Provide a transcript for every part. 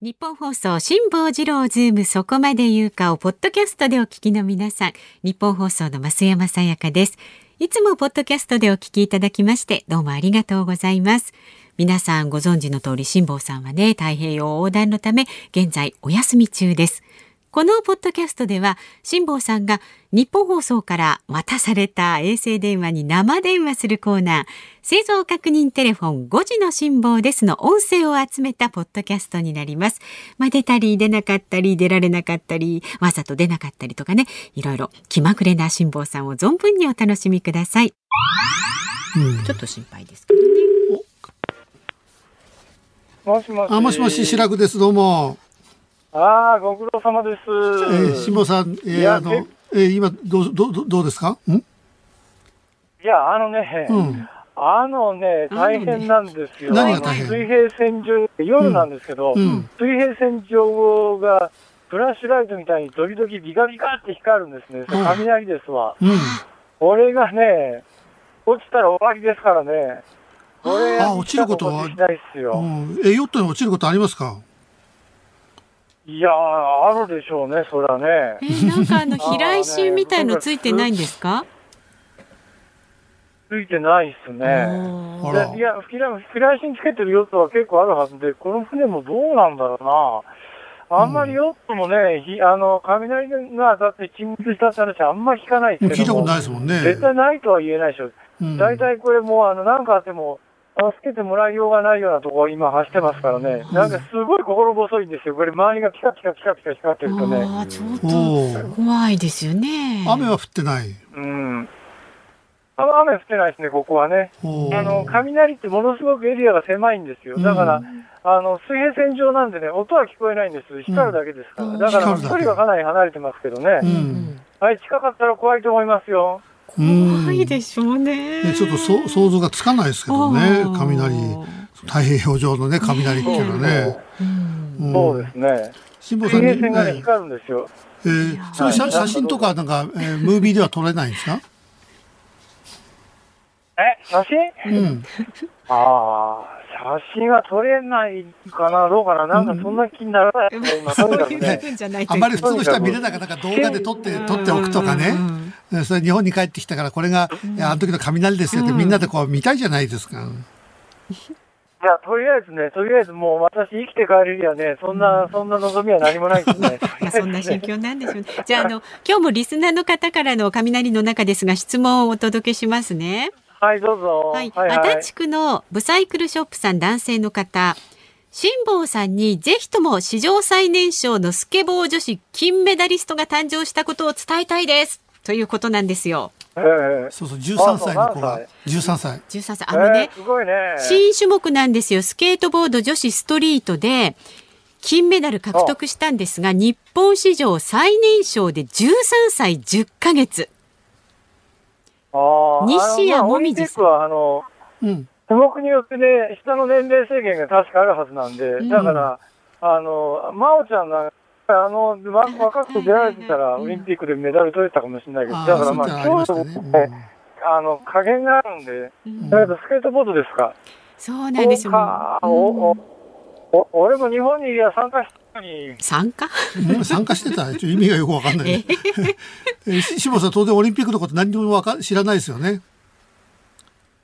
日本放送辛坊治郎ズームそこまで言うかをポッドキャストでお聞きの皆さん日本放送の増山さやかですいつもポッドキャストでお聞きいただきましてどうもありがとうございます皆さんご存知の通り辛坊さんはね太平洋横断のため現在お休み中ですこのポッドキャストでは辛坊さんが日本放送から渡された衛星電話に生電話するコーナー製造確認テレフォン5時の辛坊ですの音声を集めたポッドキャストになります。まあ、出たり出なかったり出られなかったりわざと出なかったりとかねいろいろ気まぐれな辛坊さんを存分にお楽しみください。ちょっと心配ですけどね。もしもし。あ、もしもし、白くです。どうも。ああ、ご苦労様です。えー、辛坊さん、えーいやあの、えー今、どう、どう、どうどうですかんいや、あのね、うん。あのね、大変なんですよ。何があの大変水平線上、夜なんですけど、うん水平線上が、フラッシュライトみたいにドキドキビカビカって光るんですね。うん雷ですわ。うん。これがね、落ちたら終わりですからね。これあー落ちることは落ちないっすよ。うんえー、ヨットに落ちることありますかいやー、あるでしょうね、それはね。えーなんかあの飛来種みたいのついてないんですか？ついてないっすね。あいやらい。や、フィラ、フィライシにつけてるヨットは結構あるはずで、この船もどうなんだろうな。あんまりヨットもね、ひあの、雷が当たって沈没したって話はあんま聞かないですけど聞いたことないい。ですもんね。絶対ないとは言えないでしょ。うん大体これもう、あの、なんかあっても、助けてもらいようがないようなとこを今走ってますからね。なんかすごい心細いんですよ。これ周りがピカピカピカピカ光ってるとね。あーちょっとおー怖いですよね。雨は降ってない。うん。あ雨降ってないですね、ここはね。おーあの、雷ってものすごくエリアが狭いんですよ。だから、うんあの、水平線上なんでね、音は聞こえないんです。光るだけですから。うんだから、光る距だけ離はかなり離れてますけどね。うんはい、近かったら怖いと思いますよ。うん怖いでしょうね。ねちょっとそう想像がつかないですけどね、雷、太平洋上のね、雷っていうのはね。うんんそうですね。辛坊さ水んに、平線がね、えー光るんですよ。えーそれ写写真とか、なんか、えームービーでは撮れないんですかえ、写真うん。ああ、写真は撮れないかな、どうかな。なんかそんな気にならないですね。今、とにかくね。分じゃないあんまり普通の人は見れなかったから動画で撮って、撮っておくとかね。うんそれ日本に帰ってきたからこれが、いやあの時の雷ですよって、うんみんなでこう見たいじゃないですか。いや、とりあえずね、とりあえずもう私生きて帰れるやね、そんな、そんな望みは何もないですね。まあそんな心境なんでしょうね。じゃああの今日もリスナーの方からの雷の中ですが質問をお届けしますね。 はい、どうぞ。はい、足立区のブサイクルショップさん男性の方。辛坊さんにぜひとも史上最年少のスケボー女子金メダリストが誕生したことを伝えたいですということなんですよ。ええそうそう、13歳の子あがそう、 13歳。 13歳あのねええ、すごいね。新種目なんですよスケートボード女子ストリートで金メダル獲得したんですが日本史上最年少で13歳10ヶ月ああ西矢あの椛さんまあオリンピックは、あの、うん。種目によってね、下の年齢制限が確かあるはずなんで、んだから、あの、真央ちゃんが、あの、ま若くて出られてたら、うんオリンピックでメダル取れてたかもしれないけど、あだあ、からそうまいったのありあ、まし強度たねもね、。あの、加減があるんで、うんだけどスケートボードですか。そうなんですよそうか、お、お、お、俺も日本にいや参加したのに、参加 うん参加して たちょっと意味がよくわかんないね。 えーし志望さん、当然オリンピックのこと何にもわか知らないですよね。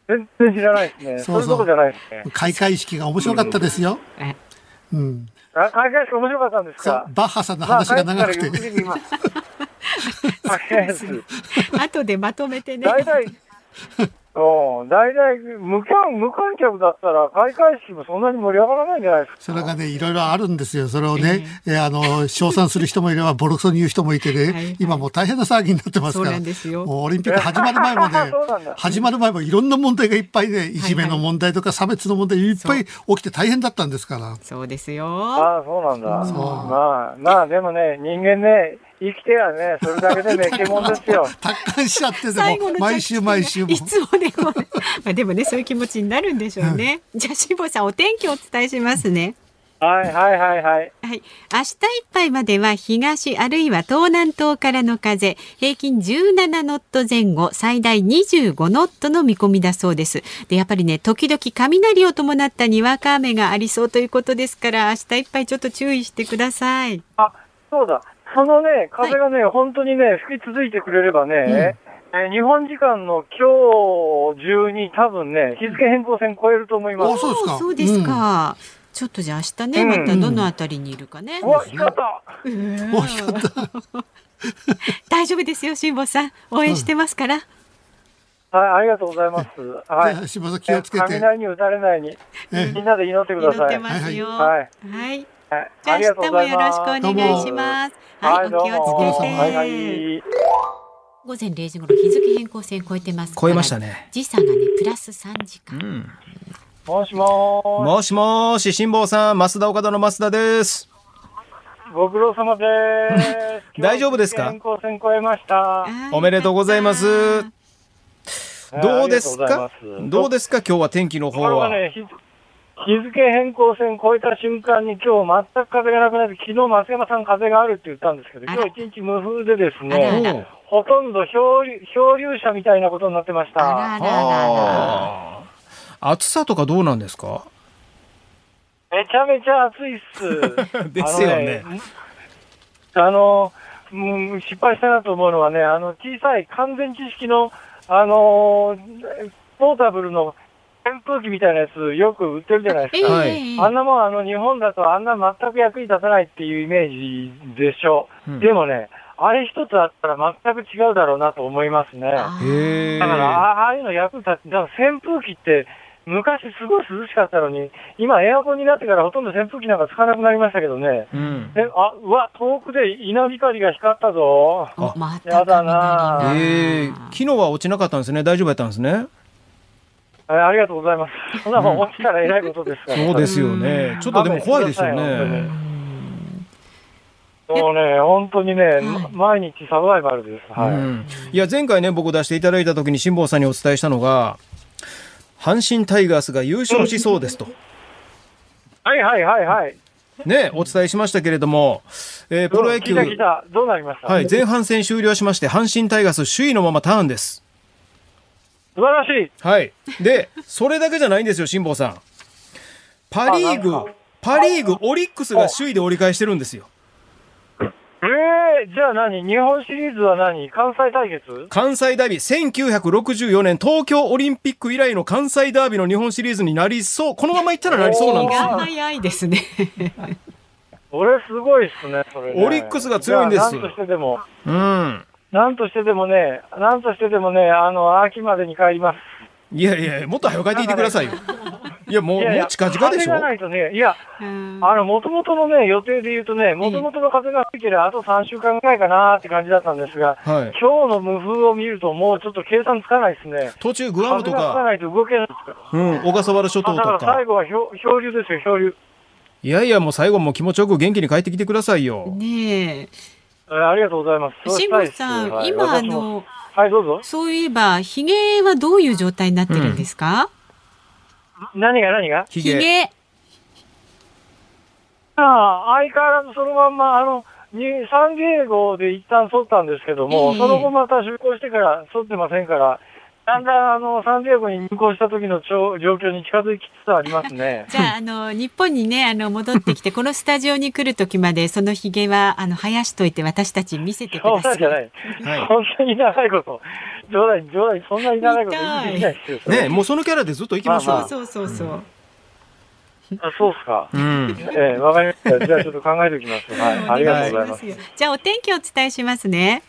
全然知らないですね。そそううそういうとこじゃないですね。開会式が面白かったですよ。えうん。あ海外しか面白かったんですそかう、バッハさんの話が長くまあ帰ったらゆて。っくり見ます。とりあえず後でまとめてね大体、うん、大体無観、無観客だったら、開会式もそんなに盛り上がらないんじゃないですか。それがね、いろいろあるんですよ。それをね、えーあの、称賛する人もいれば、ボロクソに言う人もいてね、はい今もう大変な騒ぎになってますそうから。なんですよもうオリンピック始まる前も そうなんねだ、始まる前もいろんな問題がいっぱいね、いじめの問題とか差別の問題いっぱい起きて大変だったんですから。そうですよああ、そうなんだ。そうまあ、まあ、でもね、人間ね、生きてはね、それだけで ね、獣ですよ。達観しちゃってで最後もの着う地毎週毎週もい。つもでも、まあでもねそういう気持ちになるんでしょうね、じゃあ辛坊さんお天気お伝えしますねはいはいはいはい。はい、明日いっぱいまでは東あるいは東南東からの風平均17ノット前後最大25ノットの見込みだそうですでやっぱりね時々雷を伴ったにわか雨がありそうということですから明日いっぱいちょっと注意してくださいあ、そうだ。そのね、風がね、本当にね、吹き続いてくれればね、えー日本時間の今日中に多分ね、日付変更線超えると思いまおす。そうですおーそうですか。か、ちょっとじゃあ明日ねうんまたどのあたりにいるかね、うわ、光ったうんお光大丈夫ですよ辛坊さん応援してますから、はい、ありがとうございます。うん。はいじゃ。あ島田さん気をつけて。雷に打たれないようえに、みんなで祈ってくだ祈っさてい。はいますよはいはいはいじゃあありがと明日うごもざいよろましす。くお願いします。はい、おどう気もをつけて。はい、はい。午前0時頃日付変更線超えてますから。超えましたね。時差がねプラス3時う間。ん。もしももしもーし、辛坊さん、増田岡田の増田です。。ーし、ご苦労様でーす 大丈夫ですか今日変更線超えました。あーおめでとうございますよかっどうですはいあかりがとうございますどうですか今日は天気のと方ころがは。ね、日付日付変更線越えた瞬間に今日全く風がなくなって、昨日松山さん風があるって言ったんですけど、あ今ら日一日無風でですあらあね、ら。ほとんど漂流漂流者みたいなことになってましたあらた。あらあら。はあ暑さとかどうなんですかめちゃめちゃ暑いっす。 ですよね。あの、うん、失敗したなと思うのはね、あの、小さい完全知識の、あのーポータブルの扇風機みたいなやつ、よく売ってるじゃないえですか。はえあんなもん、あの、日本だとあんな全く役に立たないっていうイメージでしょう。うんでもね、あれ一つあったら全く違うだろうなと思いますね。だあーへえ。から、あああいうの役に立つ。だから扇風機って、昔すごい涼しかったのに、今エアコンになってからほとんど扇風機なんか使わなくなりましたけどね。うん。え、あ、うわ、遠くで稲光が光ったぞ。おまたやだな雷ええが昨日は落ちなかったんですね。大丈夫やったんですね。えありがとうございます。 そんなもん落ちたら偉いことですから。そうですよね。ちょっとでも怖いですよね。もうね、本当にね、いま毎日サバイバルです。はい。うんいや前回ね僕出していただいた時に辛坊さんにお伝えしたのが阪神タイガースが優勝しそうですと、はいはいはいはい。ね、お伝えしましたけれども、えープロ野球、聞いた聞いはた。どうなりましたい、前半戦終了しまして阪神タイガース首位のままターンです。素晴らしい。はい、でそれだけじゃないんですよ辛坊さんパ・リーあなんグかパ・リーグオリックスが首位で折り返してるんですよええじゃあ何日本シリーズは何関西対決関西ダービー1964年東京オリンピック以来の関西ダービーの日本シリーズになりそうこのままいったらなりそうなん気ですよが早いですね。俺すごいっすね、それね、オリックスが強いんですじゃあ何としてでも、うんなんとしてでもね、なんとしてでもね、あの、秋までに帰ります。いやいや、もっと早く帰ってきてくださ いよ。いや、もいう、やいもやう近々でしょ風がないとね、いや、うんあの、もともとのね、予定で言うとね、もともとの風が吹いてるあと3週間ぐらいかなーって感じだったんですが、はい。今日の無風を見るともうちょっと計算つかないですね。途中、グアム風とがつかか、ないと動けないですから。うん、小笠原諸あ島だかとらか最。後は漂漂流ですよ、漂流。いやいや、もう最後もう気持ちよく元気に帰ってきてくださいよ。ねえ、えーありがとうございます。そう辛坊したいですさん、はい今あ私ものはい、どうぞ。そういえばひげはどういう状態になってるんですか？何が何がひひげ。げああ、相変わらずそのまんま、あの、にサンディエゴで一旦剃ったんですけども、ええその後また出航してから剃ってませんから、だんだんあの、サンディエゴに入港した時のちょ状況に近づきつつありますね 。じゃあ、あの、日本にね、あの、戻って きて、このスタジオに来る時まで、そのヒゲは、あの、生やしといて、私たちに見せてくそだうなさ。んじゃないい。はそんなに長いこと。冗談、冗談、そんなに長いことできないですよ。い。ね、もうそのキャラでずっと行きましょまあそまうう。そうそうそう。あそうっすか。うん。ええ、わかりました。じゃあちょっと考えておきます。はい、ありがとうございます。よ。じゃあ、お天気をお伝えしますね。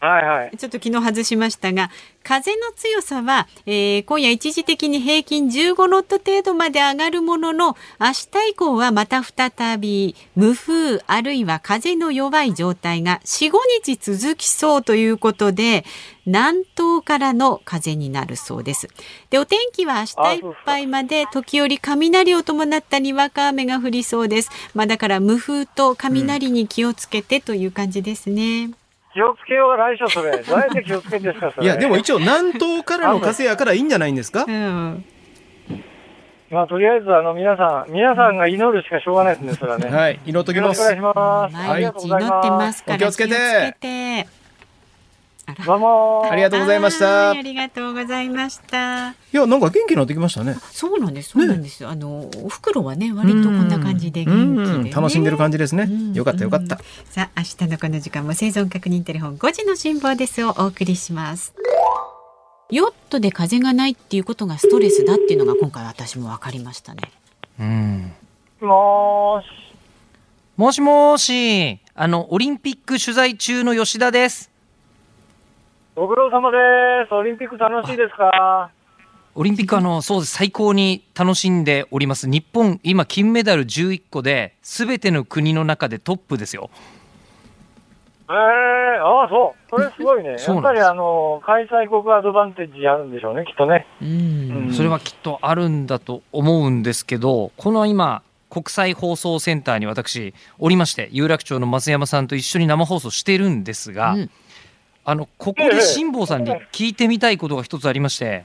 はいはい。ちょっと昨日外しましたが、風の強さは、えー今夜一時的に平均15ノット程度まで上がるものの、明日以降はまた再び無風あるいは風の弱い状態が4、5日続きそうということで、南東からの風になるそうです。で、お天気は明日いっぱいまで時折雷を伴ったにわか雨が降りそうです。まあだから無風と雷に気をつけてという感じですね。気をつけよう、来週それ。どうやって気をつけんですか、そいれ。や、でも一応、南東からの風やからいいんじゃないんですかうん。いまあ、とりあえず、あの、皆さん、皆さんが祈るしかしょうがないですね、それはね。はい、祈っときよろましくお願いすし。ます。あり毎がとう日ござい祈ってまますす。からお気をつけててあらどうもありがとうございましたはいありがとうございました。いや、なんか元気になってきましたね。そうなんです。そうなんです。あのお袋はね、割とこんな感じで元気で、うね、楽しんでる感じですねう。よかったよかっうたん。さあ明日のこの時間も生存確認テレフォン5時の辛抱ですをお送りします。ヨットで風がないっていうことがストレスだっていうのが今回私も分かりましたね。うん。もーし。もしもし、あの、オリンピック取材中の吉田です。ご苦労様です。オリンピック楽しいですかオリンピック、あの、そうです。最高に楽しんでおります。日本、今、金メダル11個で、すべての国の中でトップですよ。ええああ、そう。それすごいね。やそうっなぱんでりすあの、開催国アドバンテージあるんでしょうね、きっとね。うん。それはきっとあるんだと思うんですけど、この今、国際放送センターに私、おりまして、有楽町の松山さんと一緒に生放送してるんですが、うんあの、ここで辛坊さんに聞いてみたいことが一つありまして、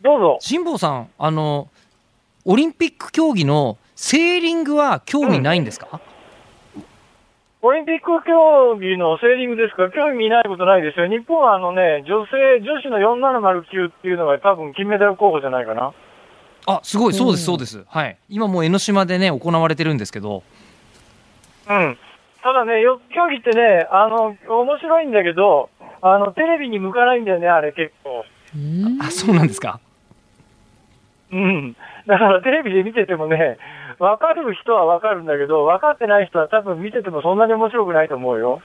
どうぞ。辛坊さん、あの、オリンピック競技のセーリングは興味ないんですか、オリンピック競技のセーリングですか興味ないことないですよ。日本はあのね、女性、女子の4709っていうのが多分金メダル候補じゃないかな。あ、すごい、そうでうす、んそうです。はい。今もう江ノ島でね、行われてるんですけど、うん。ただね、よ競技ってね、あの、面白いんだけど、あの、テレビに向かないんだよね、あれ結構。うんあ、そうなんですか。うん。だからテレビで見ててもね、わかる人はわかるんだけど、わかってない人は多分見ててもそんなに面白くないと思うよ。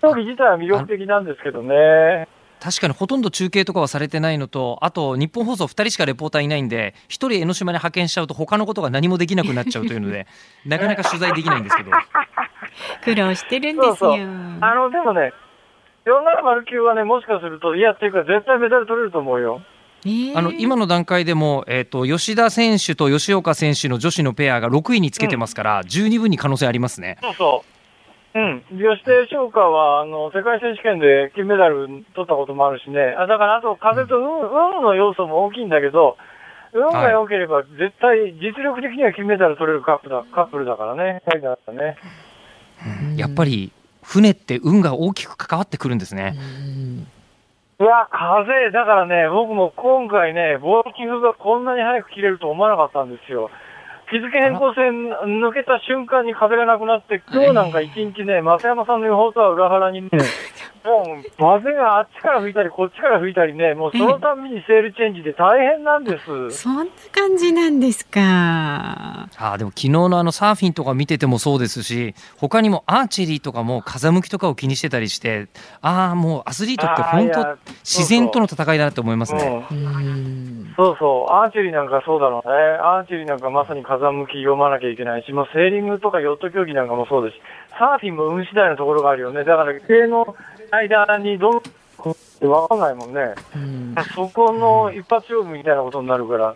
競技自体は魅力的なんですけどね。確かにほとんど中継とかはされてないのと、あと日本放送2人しかレポーターいないんで、1人江ノ島に派遣しちゃうと、他のことが何もできなくなっちゃうという ので、なかなか取材できないんですけど、苦労してるんですよ。そうそうあの、でもね、4709はね、もしかすると、いや、っていうか絶対メダル取れると思うよ。えーあの今の段階でも、えーと、吉田選手と吉岡選手の女子のペアが6位につけてますから、十二分に可能性ありますね。そうそう。うん。吉田翔歌は、あの、世界選手権で金メダル取ったこともあるしね。あだから、あと風と運、運の要素も大きいんだけど、運が良ければ絶対、実力的には金メダル取れるカップだ、カップルだからね。はい、だったね。やっぱり船って運が大きく関わってくるんですね。うんいや、風、だからね、僕も今回ね、貿易風がこんなに早く切れると思わなかったんですよ。日付変更線抜けた瞬間に風がなくなって、今日なんか一日ね、増山さんの予報とは裏腹 にね、もう風があっちから吹いたり、こっちから吹いたりね、もうそのたんびにセールチェンジで大変なんです。そんな感じなんですか。あーでも昨日のあのサーフィンとか見ててもそうですし他にもアーチェリーとかも風向きとかを気にしてたりしてああもうアスリートって本あーいや当自然との戦いだなと思いますね。うんうんそうそう、アーチェリーなんかそうだろうね。アーチェリーなんかまさに風向き読まなきゃいけないし、もうセーリングとかヨット競技なんかもそうですし、サーフィンも運次第のところがあるよね。だから、系の間にどんこってわかんないもんね。うんそこの一発勝負みたいなことになるから。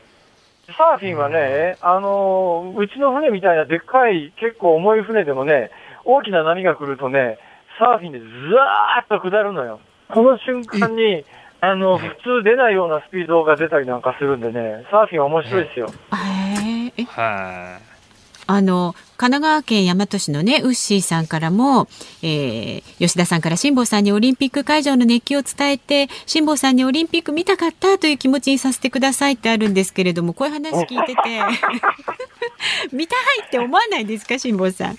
サーフィンはね、あの、うちの船みたいなでっかい、結構重い船でもね、大きな波が来るとね、サーフィンでずわーっと下るのよ。この瞬間に、あの、普通出ないようなスピードが出たりなんかするんでね、サーフィンは面白いですよ。へええはいあの神奈川県大和市のねウッシーさんからも、えー吉田さんから辛坊さんにオリンピック会場の熱気を伝えて辛坊さんにオリンピック見たかったという気持ちにさせてくださいってあるんですけれどもこういう話聞い てて見たいって思わないですか辛坊さん。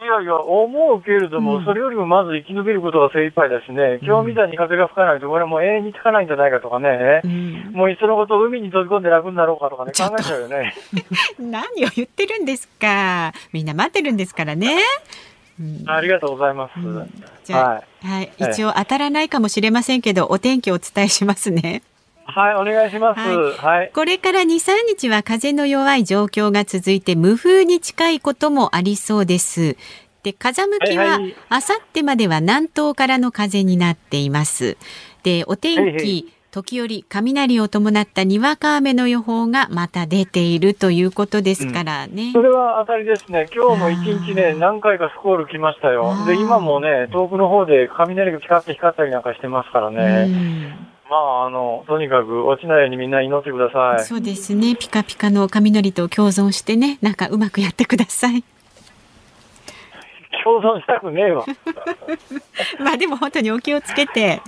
いやいや、思うけれども、それよりもまず生き延びることが精一杯だしね、今日みたいに風が吹かないと、これはもう永遠につかないんじゃないかとかね、うんもういっそのこと海に飛び込んで楽になろうかとかね、ちょっ考とえちゃうよね。何を言ってるんですかみんな待ってるんですからね。うんありがとうございます。うんじゃあ、はいはい、ええ一応当たらないかもしれませんけど、お天気をお伝えしますね。はい、お願いします。ははい。これから2、3日は風の弱い状況が続いて、無風に近いこともありそうです。で、風向きははいはい、あさってまでは南東からの風になっています。で、お天はいは気、時折雷を伴ったにわか雨の予報がまた出ているということですからね。それは当たりですね。今日も一日あね、ー何回かスコール来ましたよあ。ーで、今もね、遠くの方で雷が光って光ったりなんかしてますからうね。んまあ、あの、とにかく落ちないようにみんな祈ってください。そうですね。ピカピカの雷と共存してね、なんかうまくやってください。共存したくねえ わ。まあでも本当にお気をつけて。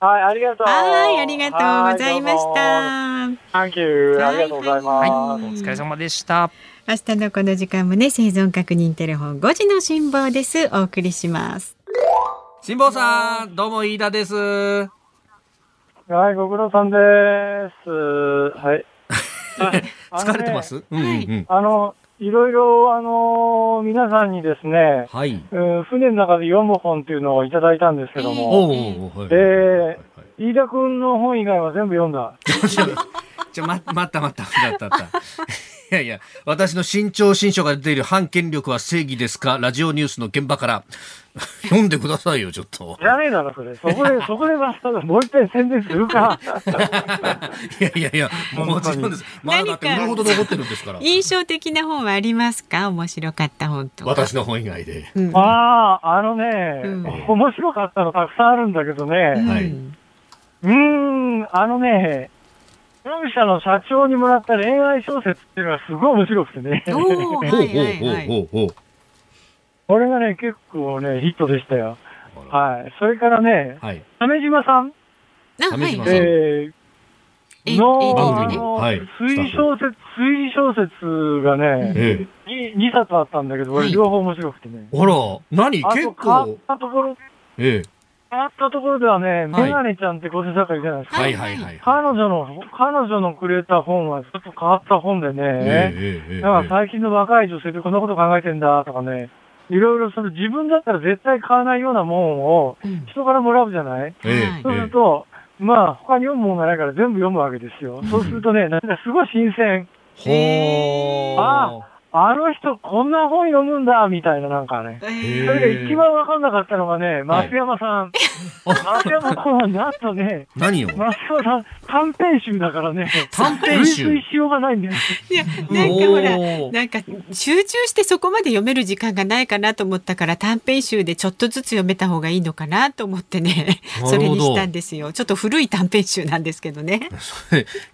はい、ありがとう。はい、ありがとうございましはい。た。 Thank you. ありがとうございます。はお疲れ様でした。明日のこの時間もね、生存確認テレフォン5時の辛抱です。お送りします。辛坊さん、どうも飯田です。はい、ご苦労さんです。 はい。疲疲れてます、うんうんうん。あの、いろいろ、あの、皆さんにですね、はい。うん船の中で読む本っていうのをいただいたんですけども、おうおうおう、はいえはいはいはいー、飯田君の本以外は全部読んだ。じゃ、ま、待った待った 待った待った。いやいや、私の新潮新書が出ている反権力は正義ですかラジオニュースの現場から。 読んでくださいよ、ちょっとじ。ゃねえだろ、それ。そこで、そこでまた、もう一遍宣伝するか。いやいやいや、もうもちろんです。まだだって売るほど残ってるんですから。印象的な本はありますか面白かった本とか。私の本以外で。 うん。ああ、あのね、うん面白かったのたくさんあるんだけどうんね、はいうーん、あのね、本社の社長にもらった恋愛小説っていうのがすごい面白くてね、おーほうはいはいはい。ほうほうほうこれがね、結構ね、ヒットでしたよ。ほう。はい。それからね、はい。鮫島さん、あ鮫島さんええー、の、え番あ組の、のはい推理小説、推理小説がね、えに 2, 冊あったんだけど、こはれい両方面白くてね。え。あら、何あ結と、変わっ構。たところ、ええ。変わったところではね、メガネちゃんって小手坂いるじゃないですか。はいはいはい。彼女の、彼女のくれた本はちょっと変わった本でね、ええええええ。なんか最近の若い女性ってこんなこと考えてんだとかね、いろいろその自分だったら絶対買わないようなもんをうん人からもらうじゃないええはいえそうすえると、まあ他に読むもんがないから全部読むわけですよ。そうするとね、なんかすごい新鮮。ほーああの人こんな本読むんだみたいななんかね。えそれが一番わかんなかったのがね、はい松山 さん。松山さんはなんとね、何を松山さん短編集だからね、短編集類推しようがないんだよ。いや、なんかほら、おーなんか集中してそこまで読める時間がないかなと思ったから短編集でちょっとずつ読めた方がいいのかなと思ってねなるほど それにしたんですよちょっと古い短編集なんですけどね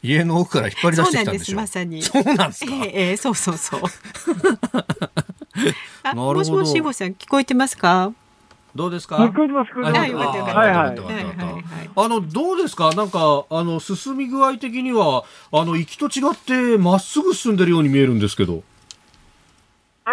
家の奥から引っ張り出そうしてなんきたんででしすょまさにそうなんですかええええそうそう そうあなるほどもしもししんぼさん聞こえてますかどうですか聞こえてます、聞こえてまあす。よかったよかったはいはいよか。ったはいはいはいあのどうですかなんかあの進み具合的にはあの行きと違ってまっすぐ進んでるように見えるんですけど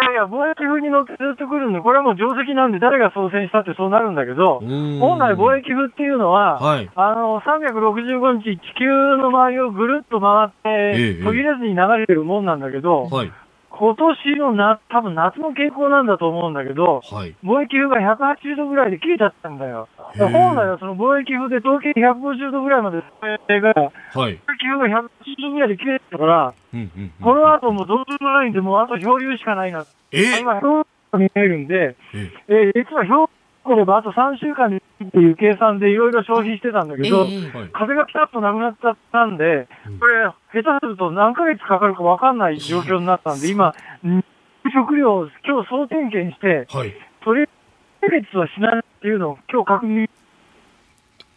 いやいや、貿易風に乗ってずっと来るんで、これはもう定石なんで、誰が操船したってそうなるんだけど、本本来貿易風っていうのは、はいあの、365日地球の周りをぐるっと回ってええ、途切れずに流れてるもんなんだけど、はい今年のな、多分夏の傾向なんだと思うんだけど、はい貿易風が180度ぐらいで切れちゃったんだよ。へえ本来はその貿易風で統計150度ぐらいまで、それが、貿はい、易風が180度ぐらいで切れてたから、うんうんうんこの後もうどうしようもないんで、もうあと漂流しかないなって。ええ今、漂流に見えるんで、ええー実は漂流ればあと3週間でっていう計算でいろいろ消費してたんだけど、えええはい風がピタッとなくなっちゃったんでうん、これ、下手すると何ヶ月かかるかわかんない状況になったんで、今、ん食料を今日総点検して、はいとりあえず1ヶ月はしないっていうのを今日確認。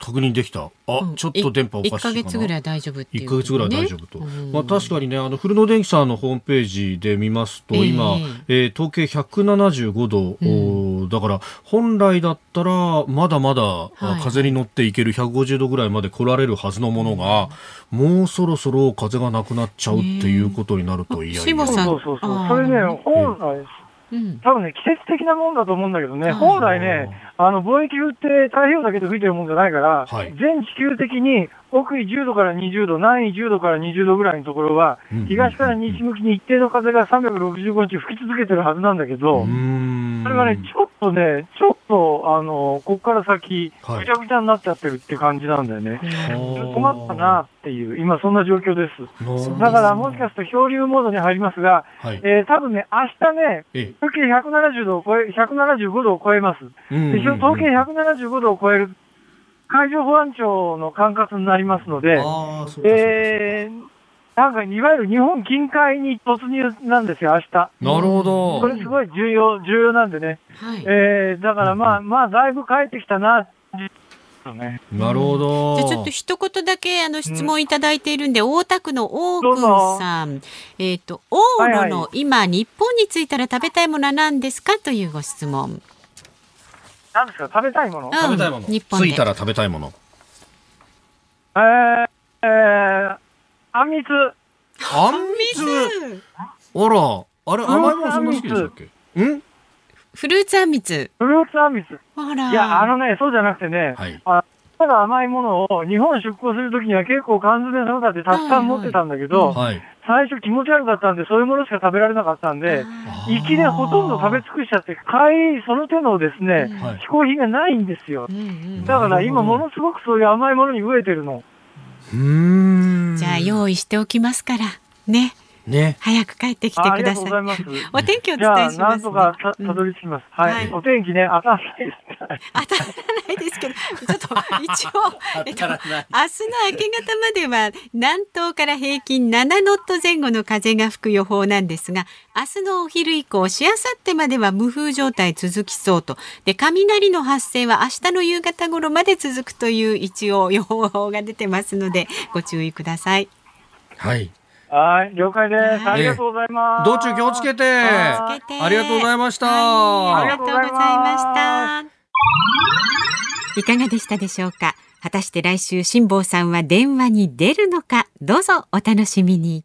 確認できたあ、うんちょっと電波おかしいかな1ヶ月ぐらいは大丈夫っていう1ヶ月ぐらい大丈夫と、まあ、確にかにねあの古野電機さんのホームページで見ますと今、えー統計175度、おーだから本来だったらまだまだ、あい風に乗っていける150度ぐらいまで来られるはずのものが、もうそろそろ風がなくなっちゃうっていうことになると、いやい辛や坊そうさんそうそうそあーう。それね、本来、うん多分ね、季節的なもんだと思うんだけどね、はい本来ね、あの、貿易風って太平洋だけで吹いてるもんじゃないから、はい全地球的に奥位10度から20度、南位10度から20度ぐらいのところは、うんうんうん東から西向きに一定の風が365日吹き続けてるはずなんだけうど、ーんそれがね、ちょっとね、ちょっと、あの、こっから先、はいぐちゃぐちゃになっちゃってるって感じなんだよね。困ったなっていう、今そんな状況です。なるほどだからもしかすると漂流モードに入りますが、はいえー、多分ね、明日ね、え統計170度を超え、175度を超えます。えうんうんで、うん統計175度を超える海上保安庁の管轄になりますので、あーそうかそうかえー、なんか、いわゆる日本近海に突入なんですよ、明日。なるほどこれすごい重要、重要なんでね。はいえー、だからまあ、まあ、だいぶ帰ってきたな、よね。なるほど。じゃあちょっと一言だけあの質問いただいているんで、大田区の大君さん、えっ、と大野はいのは今日本に着いたら食べたいものは何ですかというご質問。なんですか、食べたいもの、うん食べたいもの。日本で着いたら食べたいもの。えー、えー、あんみつ。あんみつ。あら、あれ、甘いものそんな好きでしたっけうんフルーツあんみつ。フルーツあんみつ。ほら。いや、あのね、そうじゃなくてね、はい。あただ甘いものを日本出港するときには結構缶詰のだってたくさん持ってたんだけど、はい。最初気持ち悪かったんで、そういうものしか食べられなかったんで、あ行きでほとんど食べ尽くしちゃって、帰り、その手のですーね、はい嗜好品がないんですよう。んうんだかならるほど今ものすごくそういう甘いものに飢えてるの。うーん。じゃあ用意しておきますからねね。早く帰ってきてああくりがだとうさいございます。お天気をおじ伝ゃえあ、しまなすね、んとかたうんたどり着きます。は。はいいお天気ね、当たらないです。当たらないですけど、ちょっと一 応、えっと、明日のない。明け方までは南東から平均7ノット前後の風が吹く予報なんですが、明日のお昼以降、しあさってまでは無風状態続きそうと、で雷の発生は明日の夕方頃まで続くという一応予報が出てますので、ご注意ください。はい。はい、了解です。はいありがとうございます。道中気をつけつて。けてありがとうございました。はいありがとうございあました。いかがでしたでしょうか。果たして来週辛坊さんは電話に出るのか、どうぞお楽しみに。